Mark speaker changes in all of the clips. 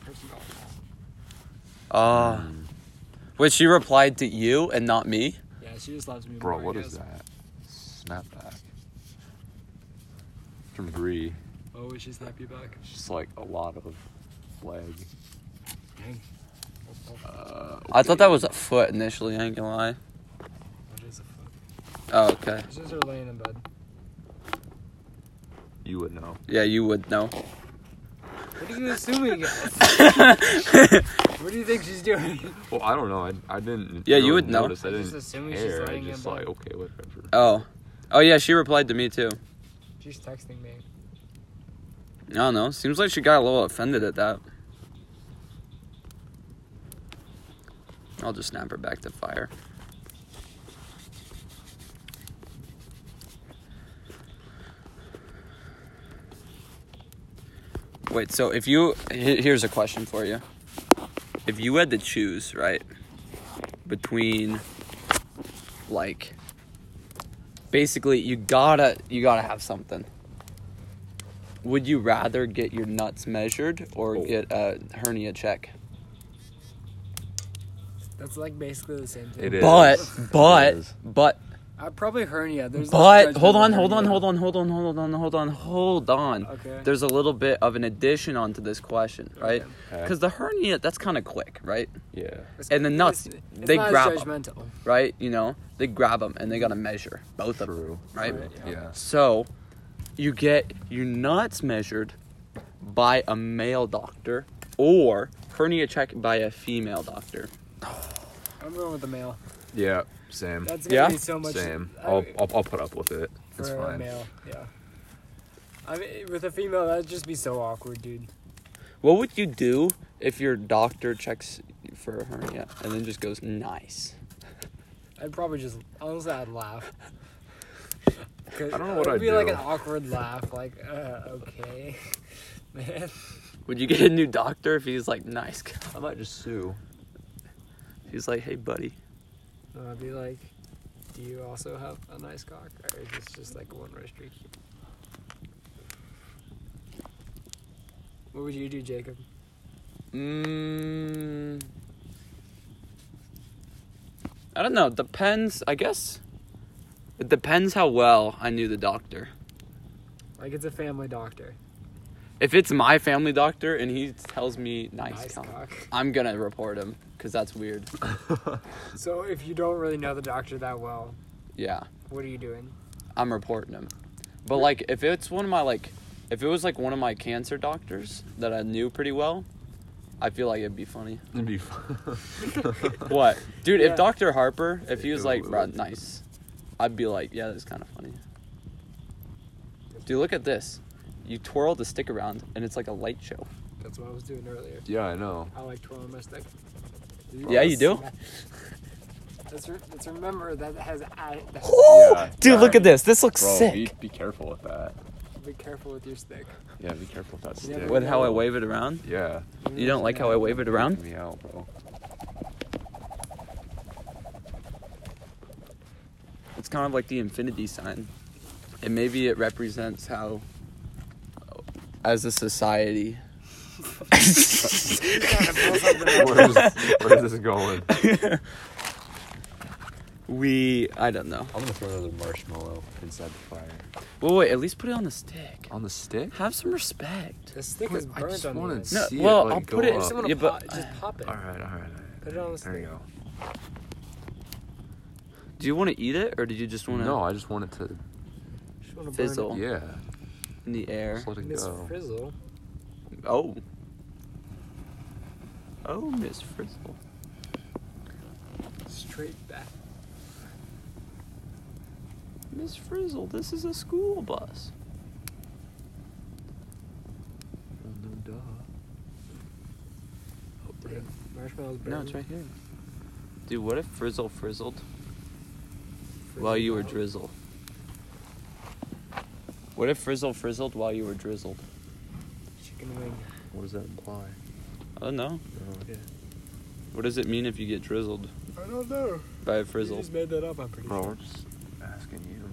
Speaker 1: personnel call.
Speaker 2: Uh, wait, she replied to you and not me?
Speaker 1: Yeah, she just loves me.
Speaker 3: Bro,
Speaker 1: more,
Speaker 3: what
Speaker 1: I
Speaker 3: is
Speaker 1: guess.
Speaker 3: that? Snapback. From Bree.
Speaker 1: Oh, is she snappy back?
Speaker 3: Just like a lot of leg.
Speaker 1: Dang. Oh, oh,
Speaker 3: Uh,
Speaker 2: I thought that was a foot initially, I ain't gonna lie.
Speaker 1: what is it?
Speaker 2: Oh, okay.
Speaker 1: This is her laying in bed.
Speaker 3: You would know.
Speaker 2: Yeah, you would know.
Speaker 1: What are you assuming? what do you think she's doing?
Speaker 3: Well, I don't know. I, I didn't.
Speaker 2: Yeah, you
Speaker 3: really
Speaker 2: would know.
Speaker 3: Notice. I
Speaker 1: I
Speaker 3: didn't
Speaker 1: just assume she's
Speaker 3: care. I
Speaker 1: laying in
Speaker 3: just
Speaker 1: bed.
Speaker 3: like okay, whatever.
Speaker 2: oh. Oh, yeah, she replied to me too.
Speaker 1: She's texting me.
Speaker 2: I don't know. Seems like she got a little offended at that. I'll just snap her back to fire. Wait, so if you. he- Here's a question for you. If you had to choose, right, between, like, basically, you gotta you gotta have something. Would you rather get your nuts measured or
Speaker 3: Oh.
Speaker 2: get a hernia check?
Speaker 1: That's like basically the same thing.
Speaker 3: It is.
Speaker 2: But but
Speaker 3: It is.
Speaker 2: but
Speaker 1: I probably hernia. There's
Speaker 2: but hold on, hold on, hold on, hold on, hold on, hold on, hold on.
Speaker 1: Okay.
Speaker 2: There's a little bit of an addition onto this question, right?
Speaker 1: Okay.
Speaker 3: Okay.
Speaker 2: Because the hernia, that's kind of quick, right?
Speaker 3: Yeah.
Speaker 2: And the nuts,
Speaker 1: It's, it's
Speaker 2: they
Speaker 1: not as
Speaker 2: grab 'em.
Speaker 1: judgmental.
Speaker 2: Right? You know, they grab them and they gotta measure both of them,
Speaker 3: True.
Speaker 2: right?
Speaker 1: Right.
Speaker 3: Yeah.
Speaker 2: So, you get your nuts measured by a male doctor or hernia check by a female doctor.
Speaker 1: I'm going with the male.
Speaker 3: Yeah. Same.
Speaker 1: That's gonna
Speaker 2: Yeah?
Speaker 1: be so much.
Speaker 3: Same.
Speaker 1: I-
Speaker 3: I'll, I'll I'll put up with it.
Speaker 1: for
Speaker 3: It's
Speaker 1: a
Speaker 3: fine.
Speaker 1: male. Yeah. I mean, with a female, that'd just be so awkward, dude.
Speaker 2: What would you do if your doctor checks for a hernia and then just goes, nice?
Speaker 1: I'd probably just honestly, I'd laugh.
Speaker 3: I don't know what
Speaker 1: it'd
Speaker 3: I'd
Speaker 1: be like
Speaker 3: do.
Speaker 1: an awkward laugh, like uh, okay, man.
Speaker 2: Would you get a new doctor if he's like, nice? guy?"
Speaker 3: I might just sue.
Speaker 2: He's like, hey, buddy.
Speaker 1: No, I'd be like, do you also have a nice cock, or is this just like a one-way street? What would you do, Jacob?
Speaker 2: Mm, I don't know. Depends, I guess. It depends how well I knew the doctor.
Speaker 1: Like it's a family doctor.
Speaker 2: If it's my family doctor and he tells me nice,
Speaker 1: Nice
Speaker 2: cock,
Speaker 1: cock.
Speaker 2: I'm gonna report him because that's weird.
Speaker 1: So if you don't really know the doctor that well,
Speaker 2: Yeah,
Speaker 1: what are you doing?
Speaker 2: I'm reporting him. But like, if it's one of my like, if it was like one of my cancer doctors that I knew pretty well, I feel like it'd be funny.
Speaker 3: It'd be fun.
Speaker 2: What, dude?
Speaker 1: Yeah.
Speaker 2: If Dr. Harper, if he was like,
Speaker 3: Ew.
Speaker 2: "Bro, nice," I'd be like, "Yeah, that's kind of funny." Dude, look at this. You twirl the stick around, and it's like a light show.
Speaker 1: That's what I was doing earlier.
Speaker 3: yeah, I know.
Speaker 1: I like twirling my stick.
Speaker 2: Yeah, you do?
Speaker 1: Let's, re- let's remember that it has. I, that
Speaker 3: Yeah,
Speaker 2: dude,
Speaker 3: yeah.
Speaker 2: look at this. This looks
Speaker 3: Bro,
Speaker 2: sick.
Speaker 3: Be, be careful with that.
Speaker 1: be careful with your stick.
Speaker 3: Yeah, be careful with that
Speaker 1: Yeah,
Speaker 3: stick.
Speaker 1: but-
Speaker 2: With how I wave it around.
Speaker 3: Yeah.
Speaker 2: You don't like how I wave it
Speaker 3: Freaking
Speaker 2: around?
Speaker 3: Me out, bro.
Speaker 2: It's kind of like the infinity sign, and maybe it represents how, as a society.
Speaker 3: Where's, where's this going?
Speaker 2: we, I don't know.
Speaker 3: I'm gonna throw another marshmallow inside the fire.
Speaker 2: Well, wait. At least put it on the stick.
Speaker 3: On the stick?
Speaker 2: Have some respect.
Speaker 1: The stick
Speaker 3: Wait,
Speaker 1: is
Speaker 3: I
Speaker 1: burnt
Speaker 3: just
Speaker 1: on the
Speaker 3: wanted
Speaker 1: end.
Speaker 3: to
Speaker 2: No,
Speaker 3: see
Speaker 2: well,
Speaker 3: it, like,
Speaker 2: I'll
Speaker 3: go
Speaker 2: put it-
Speaker 1: If
Speaker 3: up.
Speaker 1: someone
Speaker 2: Yeah,
Speaker 1: pop,
Speaker 2: but-
Speaker 1: just pop it.
Speaker 3: All right, all right, all right.
Speaker 1: Put it on the
Speaker 3: There you
Speaker 1: stick.
Speaker 3: go.
Speaker 2: Do you want to eat it, or do you just want to?
Speaker 3: No, I just want it to.
Speaker 1: Just wanna burn
Speaker 2: Fizzle.
Speaker 3: Yeah,
Speaker 2: in the air.
Speaker 3: just let
Speaker 1: it.
Speaker 3: it
Speaker 1: Miss
Speaker 3: go.
Speaker 1: Frizzle.
Speaker 2: Oh. Oh, Miss Frizzle.
Speaker 1: Straight back.
Speaker 2: Miss Frizzle, this is a school bus.
Speaker 3: Well, no duh.
Speaker 1: Dude, marshmallows burn.
Speaker 2: No, it's right here. Dude, what if Frizzle frizzled while you were drizzled? What if Frizzle frizzled while you were drizzled?
Speaker 1: Chicken wing.
Speaker 3: What does that imply?
Speaker 2: I don't know.
Speaker 3: No.
Speaker 2: What does it mean if you get drizzled
Speaker 1: I don't know.
Speaker 2: by a frizzle?
Speaker 1: just made that up, I'm pretty
Speaker 3: Bro,
Speaker 1: sure.
Speaker 3: we're just asking you.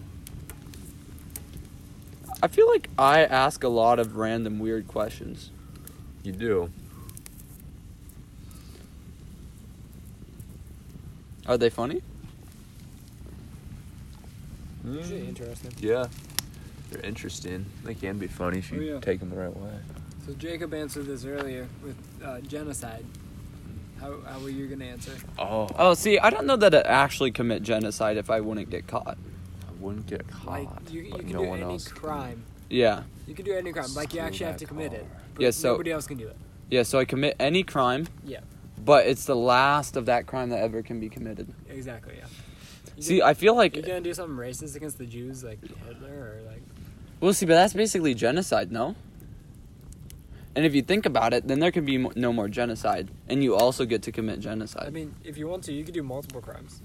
Speaker 2: I feel like I ask a lot of random weird questions.
Speaker 3: You do.
Speaker 2: Are they funny?
Speaker 1: Usually interesting.
Speaker 3: Mm. Yeah. They're interesting. They can be funny if you
Speaker 1: Oh, yeah.
Speaker 3: take them the right way.
Speaker 1: So Jacob answered this earlier with uh, genocide. How, how were you gonna answer?
Speaker 3: Oh,
Speaker 2: Oh, see, I don't know that I'd actually commit genocide if I wouldn't get caught.
Speaker 3: I wouldn't get caught.
Speaker 1: Like you, you
Speaker 3: but
Speaker 1: can
Speaker 3: no
Speaker 1: do
Speaker 3: one
Speaker 1: any
Speaker 3: else can.
Speaker 1: crime.
Speaker 2: Yeah.
Speaker 1: You can do any crime. Like you
Speaker 3: Steal
Speaker 1: actually have to
Speaker 3: that
Speaker 1: commit it.
Speaker 3: car.
Speaker 1: But
Speaker 2: Yeah, so-
Speaker 1: nobody else can do it.
Speaker 2: Yeah, so I commit any crime,
Speaker 1: Yeah,
Speaker 2: but it's the last of that crime that ever can be committed.
Speaker 1: exactly. Yeah. You
Speaker 2: See,
Speaker 1: can-
Speaker 2: I feel
Speaker 1: you
Speaker 2: like
Speaker 1: gonna do something racist against the Jews, like Hitler, or like
Speaker 2: Well, see, but that's basically genocide, no? And if you think about it, then there can be mo- no more genocide, and you also get to commit genocide.
Speaker 1: I mean, if you want to, you could do multiple crimes.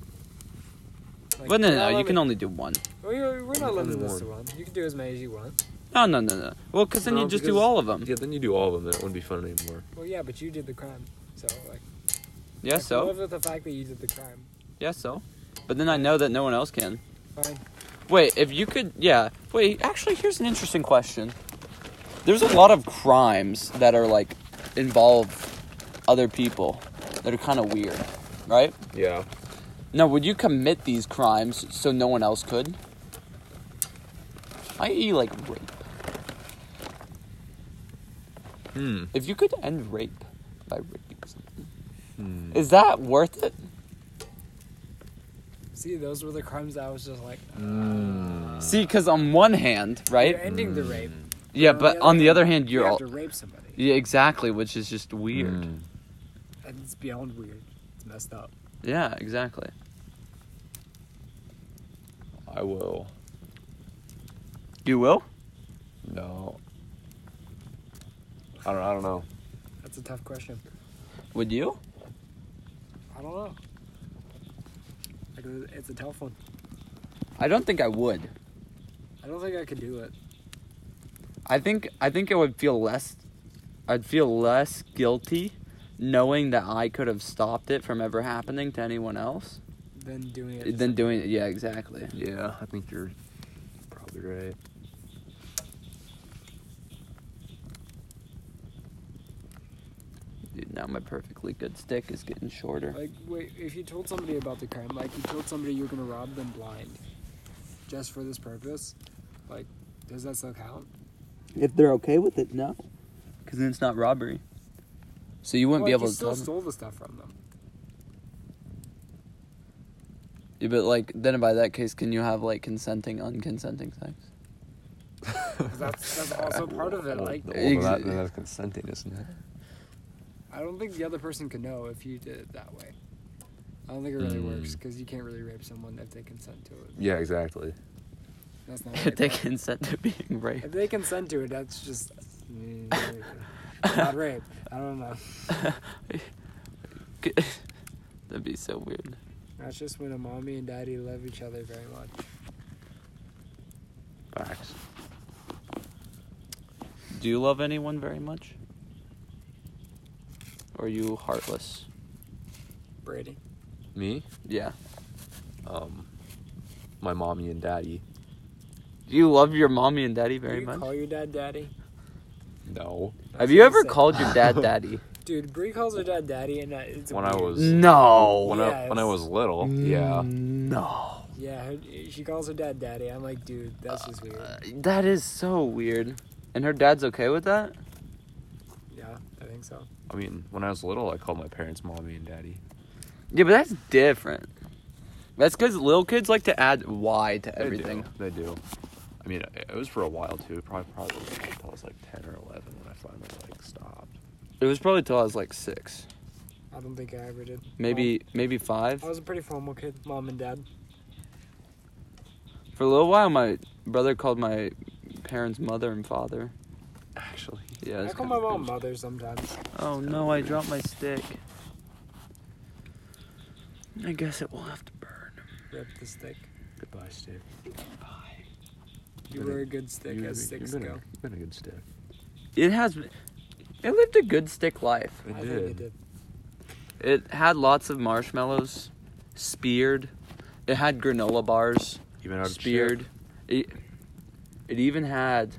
Speaker 1: Like,
Speaker 2: but no,
Speaker 1: we're
Speaker 2: no,
Speaker 1: not
Speaker 2: no, you can
Speaker 1: limit-
Speaker 2: only do one.
Speaker 1: We're, we're not limiting
Speaker 3: Only
Speaker 1: this to one. You can do as many as you want.
Speaker 2: No, no, no, no. Well, because then
Speaker 3: No,
Speaker 2: you just do
Speaker 3: because-
Speaker 2: all of them.
Speaker 3: Yeah, then you do all of them. That wouldn't be fun anymore.
Speaker 1: Well, yeah, but you did the crime, so like.
Speaker 2: Yeah,
Speaker 1: I can
Speaker 2: so?
Speaker 1: live with the fact that you did the crime.
Speaker 2: Yeah, so? But then I know that no one else can.
Speaker 1: Fine.
Speaker 2: Wait, if you could, yeah. Wait, actually, here's an interesting question. There's a lot of crimes that are like involve other people that are kind of weird, right?
Speaker 3: Yeah.
Speaker 2: Now, would you commit these crimes so no one else could? I.e., like rape.
Speaker 3: Hmm.
Speaker 2: If you could end rape by raping someone,
Speaker 3: Hmm.
Speaker 2: is that worth it?
Speaker 1: See, those were the crimes I was just like.
Speaker 3: Mm.
Speaker 2: See, because on one hand, right? Mm.
Speaker 1: You're ending the rape.
Speaker 2: Yeah,
Speaker 1: but on
Speaker 2: but
Speaker 1: the
Speaker 2: on the
Speaker 1: other
Speaker 2: other hand,
Speaker 1: you
Speaker 2: you're
Speaker 1: have
Speaker 2: all.
Speaker 1: to rape somebody.
Speaker 2: Yeah, exactly, which is just weird.
Speaker 3: Mm.
Speaker 1: And it's beyond weird. It's messed up.
Speaker 2: Yeah, exactly.
Speaker 3: I will.
Speaker 2: You will?
Speaker 3: No. I don't. I don't know.
Speaker 1: That's a tough question.
Speaker 2: Would you?
Speaker 1: I don't know. Like, it- it's a tough one.
Speaker 2: I don't think I would.
Speaker 1: I don't think I could do it.
Speaker 2: I think I think I would feel less I'd feel less guilty knowing that I could have stopped it from ever happening to anyone else
Speaker 1: Then doing it.
Speaker 2: than doing it. Yeah, exactly.
Speaker 3: Yeah, I think you're probably right.
Speaker 2: Dude, now my perfectly good stick is getting shorter.
Speaker 1: Like, wait, if you told somebody about the crime, like you told somebody you were gonna rob them blind, just for this purpose, like, does that still count?
Speaker 2: If they're okay with it, no. Cuz then it's not robbery. So you wouldn't
Speaker 1: Well,
Speaker 2: be
Speaker 1: like,
Speaker 2: able
Speaker 1: you
Speaker 2: to tell
Speaker 1: still stole
Speaker 2: them.
Speaker 1: the stuff from them.
Speaker 2: Yeah, but like then by that case can you have like consenting unconsenting sex?
Speaker 1: 'Cause That's that's also part of it. Like,
Speaker 3: Well, then that,
Speaker 2: Ex-
Speaker 3: then that's consenting, isn't it?
Speaker 1: I don't think the other person could know if you did it that way. I don't think it really works 'cause works
Speaker 3: Mm.
Speaker 1: because you can't really rape someone if they consent to it.
Speaker 3: Yeah, exactly.
Speaker 1: That's not.
Speaker 2: If
Speaker 1: rape,
Speaker 2: they
Speaker 1: right?
Speaker 2: consent to being raped.
Speaker 1: If they consent to it, that's just mm, not rape. I don't know.
Speaker 2: That'd be so weird.
Speaker 1: That's just when a mommy and daddy love each other very much.
Speaker 3: Facts.
Speaker 2: Do you love anyone very much? Or are you heartless?
Speaker 1: Brady.
Speaker 3: Me,
Speaker 2: Yeah.
Speaker 3: um, my mommy and daddy.
Speaker 2: Do you love your mommy and daddy very
Speaker 1: you
Speaker 2: much?
Speaker 1: call your dad daddy?
Speaker 3: No,
Speaker 1: That's
Speaker 2: Have you
Speaker 1: what
Speaker 2: ever
Speaker 1: said.
Speaker 2: called your dad daddy?
Speaker 1: Dude, Bree calls her dad daddy, and that it's
Speaker 3: When I
Speaker 1: weird.
Speaker 3: was-
Speaker 2: no.
Speaker 3: Oh, when I when I
Speaker 1: Yes.
Speaker 3: was little. Yeah.
Speaker 2: No.
Speaker 1: Yeah, her- she calls her dad daddy. I'm like, dude, that's just weird.
Speaker 2: Uh, That is so weird. And her dad's okay with that?
Speaker 1: Yeah, I think so.
Speaker 3: I mean, when I was little, I called my parents mommy and daddy.
Speaker 2: Yeah, but that's different. That's because little kids like to add Y to
Speaker 3: They do,
Speaker 2: everything.
Speaker 3: They do. I mean, it it was for a while too. Probably probably until I was like ten or eleven when I finally like stopped.
Speaker 2: It was probably till I was like six,
Speaker 1: I don't think I ever did.
Speaker 2: maybe maybe five.
Speaker 1: I was a pretty formal kid, mom and dad.
Speaker 2: For a little while, my brother called my parents mother and father.
Speaker 3: Actually,
Speaker 2: Yeah.
Speaker 1: I
Speaker 2: it's
Speaker 1: call
Speaker 2: kinda
Speaker 1: my mom
Speaker 2: cringe.
Speaker 1: mother sometimes.
Speaker 2: Oh no, I dropped my stick. I guess it will have to burn.
Speaker 1: Rip the stick.
Speaker 3: goodbye, stick.
Speaker 1: You
Speaker 3: Been
Speaker 1: were
Speaker 3: a-
Speaker 1: a good stick
Speaker 3: You-
Speaker 1: as
Speaker 3: you-
Speaker 1: sticks
Speaker 3: you've been
Speaker 1: go.
Speaker 3: A, you've been a good stick.
Speaker 2: It has. It lived a good stick life.
Speaker 3: It
Speaker 1: I
Speaker 3: did.
Speaker 1: think it did.
Speaker 2: It had lots of marshmallows, speared. It had granola bars,
Speaker 3: Even out of
Speaker 2: speared. It, it even had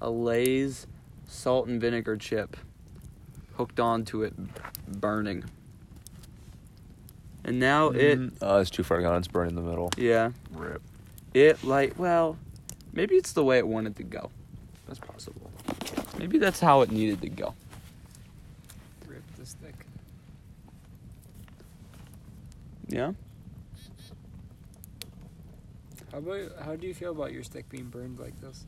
Speaker 2: a Lay's salt and vinegar chip hooked onto it, burning. and now it
Speaker 3: Oh, it's too far gone. It's burning in the middle.
Speaker 2: yeah
Speaker 3: Rip.
Speaker 2: it like well maybe it's the way it wanted to go
Speaker 3: That's possible.
Speaker 2: maybe that's how it needed to go
Speaker 1: Rip this thick.
Speaker 2: yeah
Speaker 1: How about how do you feel about your stick being burned like this?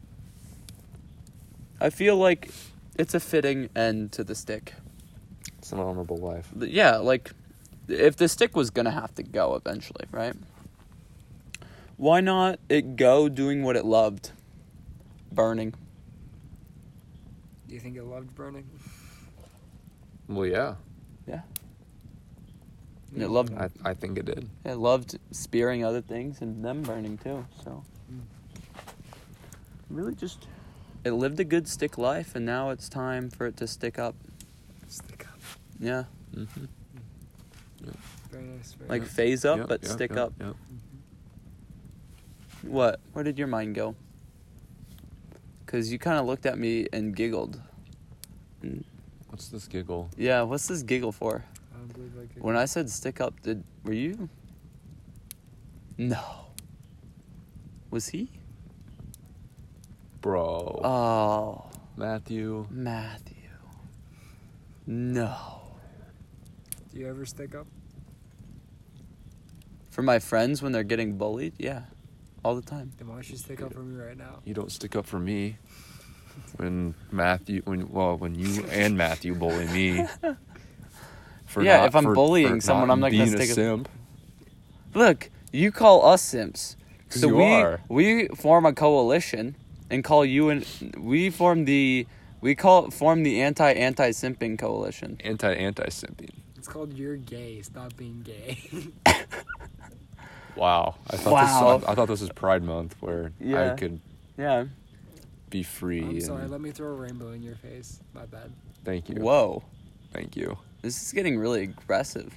Speaker 2: i feel like it's a fitting end to the stick
Speaker 3: It's an honorable life.
Speaker 2: Th- yeah like if the stick was gonna have to go eventually right why not it go doing what it loved burning
Speaker 1: Do you think it loved burning?
Speaker 3: Well, yeah.
Speaker 2: and it loved
Speaker 3: I, I think it did.
Speaker 2: I loved spearing other things and them burning too. So
Speaker 1: Mm.
Speaker 2: really just it lived a good stick life and now it's time for it to stick up.
Speaker 1: Stick up.
Speaker 2: Yeah.
Speaker 3: Mm-hmm.
Speaker 1: Very nice. Very
Speaker 2: Like
Speaker 1: nice.
Speaker 2: phase up but stick up.
Speaker 1: Mm-hmm.
Speaker 2: What? Where did your mind go? Cuz you kind of looked at me and giggled.
Speaker 3: What's this giggle?
Speaker 2: Yeah, what's this giggle for?
Speaker 1: I don't believe I could.
Speaker 2: When I said stick up, did were you? No. Was he?
Speaker 3: Bro.
Speaker 2: Oh.
Speaker 3: Matthew.
Speaker 2: Matthew. No.
Speaker 1: do you ever stick up?
Speaker 2: For my friends when they're getting bullied, yeah. All the time.
Speaker 1: Then why don't you stick up for me right now?
Speaker 3: You don't stick up for me. When Matthew, when well, when you and Matthew bully me. For
Speaker 2: Yeah, if I'm
Speaker 3: for-
Speaker 2: bullying
Speaker 3: for
Speaker 2: someone, I'm not gonna
Speaker 3: being
Speaker 2: stick
Speaker 3: a
Speaker 2: up-
Speaker 3: simp.
Speaker 2: Look, you call us simps.
Speaker 3: 'Cause
Speaker 2: So
Speaker 3: you
Speaker 2: we
Speaker 3: are.
Speaker 2: we form a coalition and call you and we form the we call form the anti anti simping coalition.
Speaker 3: Anti anti simping.
Speaker 1: It's called you're gay. Stop being gay.
Speaker 3: Wow. I thought
Speaker 2: Wow.
Speaker 3: this I thought this was Pride Month where
Speaker 2: Yeah.
Speaker 3: I could
Speaker 2: Yeah.
Speaker 3: be free.
Speaker 1: I'm sorry.
Speaker 3: and-
Speaker 1: Let me throw a rainbow in your face. My bad.
Speaker 3: thank you.
Speaker 2: Whoa.
Speaker 3: Thank you.
Speaker 2: This is getting really aggressive.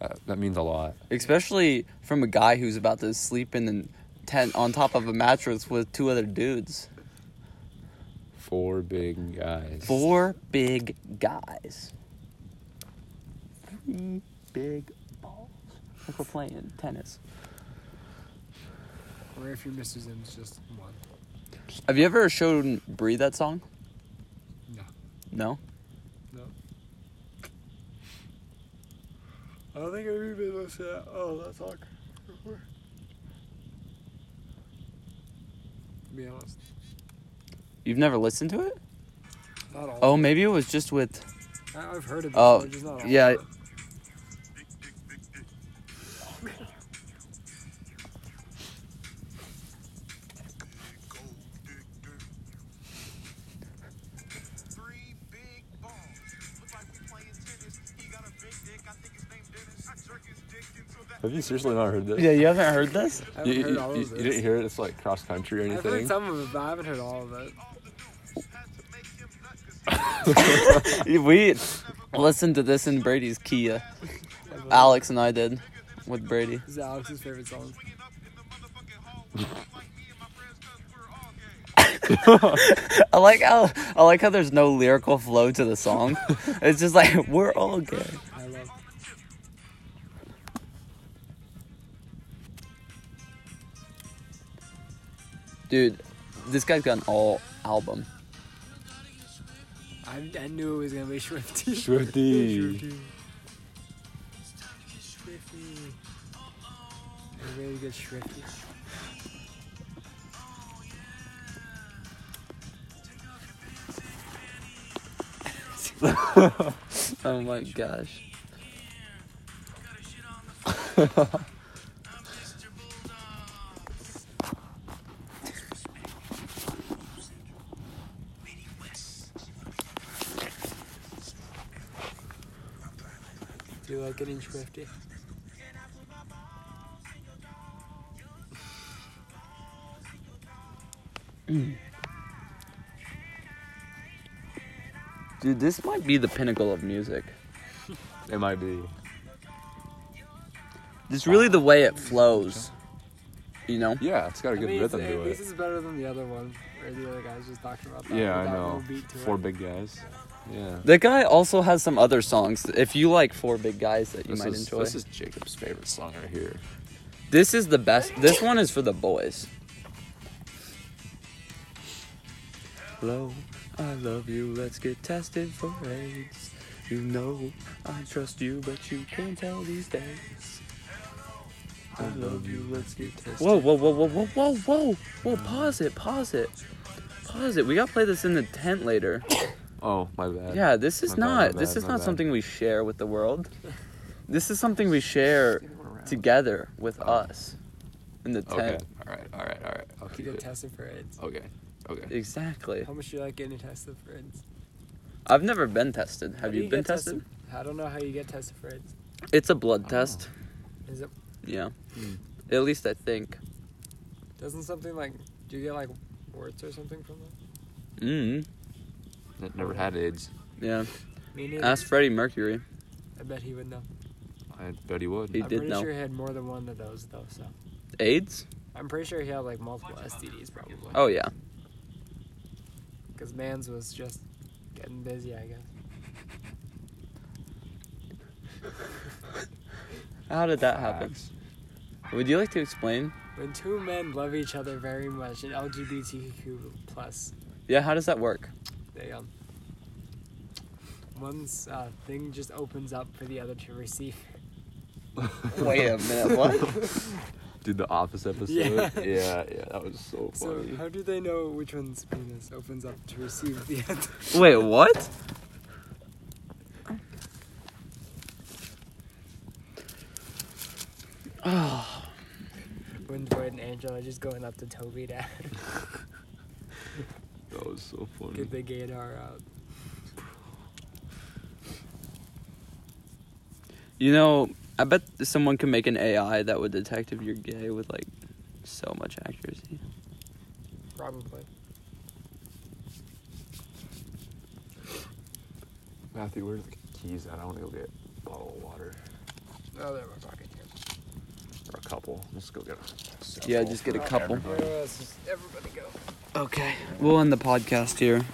Speaker 3: Uh, that means a lot.
Speaker 2: Especially from a guy who's about to sleep in the tent on top of a mattress with two other dudes.
Speaker 3: Four big guys.
Speaker 2: Four big guys. Three big balls. Like we're playing tennis.
Speaker 1: Or if you're Mr. Zim's, just one.
Speaker 2: Have you ever shown Bree that song?
Speaker 1: No.
Speaker 2: No?
Speaker 1: No. I don't think I've even been listening to all that talk before. To be honest.
Speaker 2: You've never listened to it?
Speaker 1: Not all.
Speaker 2: Oh,
Speaker 1: of
Speaker 3: Um,
Speaker 1: it.
Speaker 2: maybe it was just with.
Speaker 1: I- I've heard of it.
Speaker 2: Oh,
Speaker 1: but just not all of
Speaker 2: yeah.
Speaker 1: it.
Speaker 4: Three big balls. Look like we playing tennis. He got a big dick. I think his name Dennis. I jerk his dick until that.
Speaker 3: Have you seriously not heard this?
Speaker 2: Yeah, you haven't heard this?
Speaker 1: I haven't
Speaker 3: You, you,
Speaker 1: heard all
Speaker 3: you-
Speaker 1: of
Speaker 3: you
Speaker 1: this.
Speaker 3: didn't hear it? It's like cross country or
Speaker 1: I've heard
Speaker 3: anything.
Speaker 1: some of it, but I haven't heard all of it.
Speaker 4: Off the news. Had to make him nut 'cause he
Speaker 2: we listened to this in Brady's Kia. Alex and I did with Brady.
Speaker 1: This is Alex's favorite song.
Speaker 4: swinging up in the motherfucking hallway. Like me and my friends, cause we're all gay.
Speaker 2: I like how I like how there's no lyrical flow to the song. It's just like we're all good.
Speaker 1: I love.
Speaker 2: Dude, this guy's got an all album.
Speaker 1: I, I knew it was gonna be Swifty.
Speaker 3: Swifty.
Speaker 1: Swifty. Swifty. I'm ready to get Swifty.
Speaker 2: Oh my gosh.
Speaker 1: Do you like getting Swifty?
Speaker 2: Dude, this might be the pinnacle of music.
Speaker 3: It might be.
Speaker 2: It's really the way it flows. You know?
Speaker 3: Yeah, it's got a
Speaker 1: I
Speaker 3: good
Speaker 1: mean,
Speaker 3: rhythm
Speaker 1: it's-
Speaker 3: to
Speaker 1: This
Speaker 3: it.
Speaker 1: is better than the other one, where the other guys just talked about that.
Speaker 3: Yeah,
Speaker 1: with
Speaker 3: I
Speaker 1: that
Speaker 3: know.
Speaker 1: little Beat to
Speaker 3: Four
Speaker 1: it.
Speaker 3: big guys. Yeah.
Speaker 2: The guy also has some other songs. If you like four big guys that you
Speaker 3: This
Speaker 2: might
Speaker 3: is,
Speaker 2: enjoy,
Speaker 3: this is Jacob's favorite song right here.
Speaker 2: This is the best. This one is for the boys. Hello, I love you. Let's get tested for AIDS. You know I trust you, but you can't tell these days.
Speaker 3: I love you. Let's get tested.
Speaker 2: Whoa, whoa, whoa, whoa, whoa, whoa, whoa, whoa! Pause it, pause it, pause it. We gotta play this in the tent later.
Speaker 3: Oh, my bad.
Speaker 2: Yeah, this is
Speaker 3: My bad, my
Speaker 2: not. This
Speaker 3: bad,
Speaker 2: is
Speaker 3: my
Speaker 2: not
Speaker 3: bad.
Speaker 2: something we share with the world. This is something we share together with us in the tent.
Speaker 3: Oh. Okay. All right. All right. All right. I'll
Speaker 1: You
Speaker 3: keep
Speaker 1: get
Speaker 3: it.
Speaker 1: tested for AIDS.
Speaker 3: Okay. Okay.
Speaker 2: Exactly.
Speaker 1: How much do you like getting tested for AIDS?
Speaker 2: I've never been tested.
Speaker 1: How
Speaker 2: Have
Speaker 1: do
Speaker 2: you, been
Speaker 1: get
Speaker 2: tested?
Speaker 1: I don't know how you get tested for AIDS.
Speaker 2: It's a blood
Speaker 3: Oh.
Speaker 2: test.
Speaker 1: Is it
Speaker 2: Yeah.
Speaker 3: Hmm.
Speaker 2: At least I think.
Speaker 1: doesn't something like do you get like warts or something from that?
Speaker 2: Mm.
Speaker 3: N- Never had AIDS.
Speaker 2: Yeah.
Speaker 1: Me neither.
Speaker 2: Ask Freddie Mercury.
Speaker 1: I bet he would know.
Speaker 3: I bet he would.
Speaker 2: He
Speaker 1: I'm
Speaker 2: did
Speaker 1: pretty
Speaker 2: know.
Speaker 1: sure he had more than one of those though. So
Speaker 2: AIDS?
Speaker 1: I'm pretty sure he had like multiple STDs probably.
Speaker 2: Oh yeah.
Speaker 1: Because man's was just getting busy, I guess.
Speaker 2: How did that happen?
Speaker 3: Facts.
Speaker 2: Would you like to explain?
Speaker 1: When two men love each other very much, in LGBTQ plus,
Speaker 2: Yeah. How does that work?
Speaker 1: they um, one's uh, thing just opens up for the other to receive.
Speaker 2: Wait a minute. What?
Speaker 3: Dude, the Office episode.
Speaker 1: Yeah.
Speaker 3: Yeah. Yeah. That was so
Speaker 1: So
Speaker 3: funny.
Speaker 1: how do they know which one's penis opens up to receive the other?
Speaker 2: Wait. What?
Speaker 1: When Boyd and Angela just going up to Toby to
Speaker 3: that was so funny.
Speaker 1: get the gaydar out.
Speaker 2: You know, I bet someone could make an AI that would detect if you're gay with like so much accuracy.
Speaker 1: Probably.
Speaker 3: Matthew, where's the keys at? I want to go get a bottle of water.
Speaker 1: Oh, there we're talking here.
Speaker 3: Or a couple. Let's go get a
Speaker 2: Yeah, just get a couple.
Speaker 1: Where else does everybody go?
Speaker 2: Okay. We'll end the podcast here.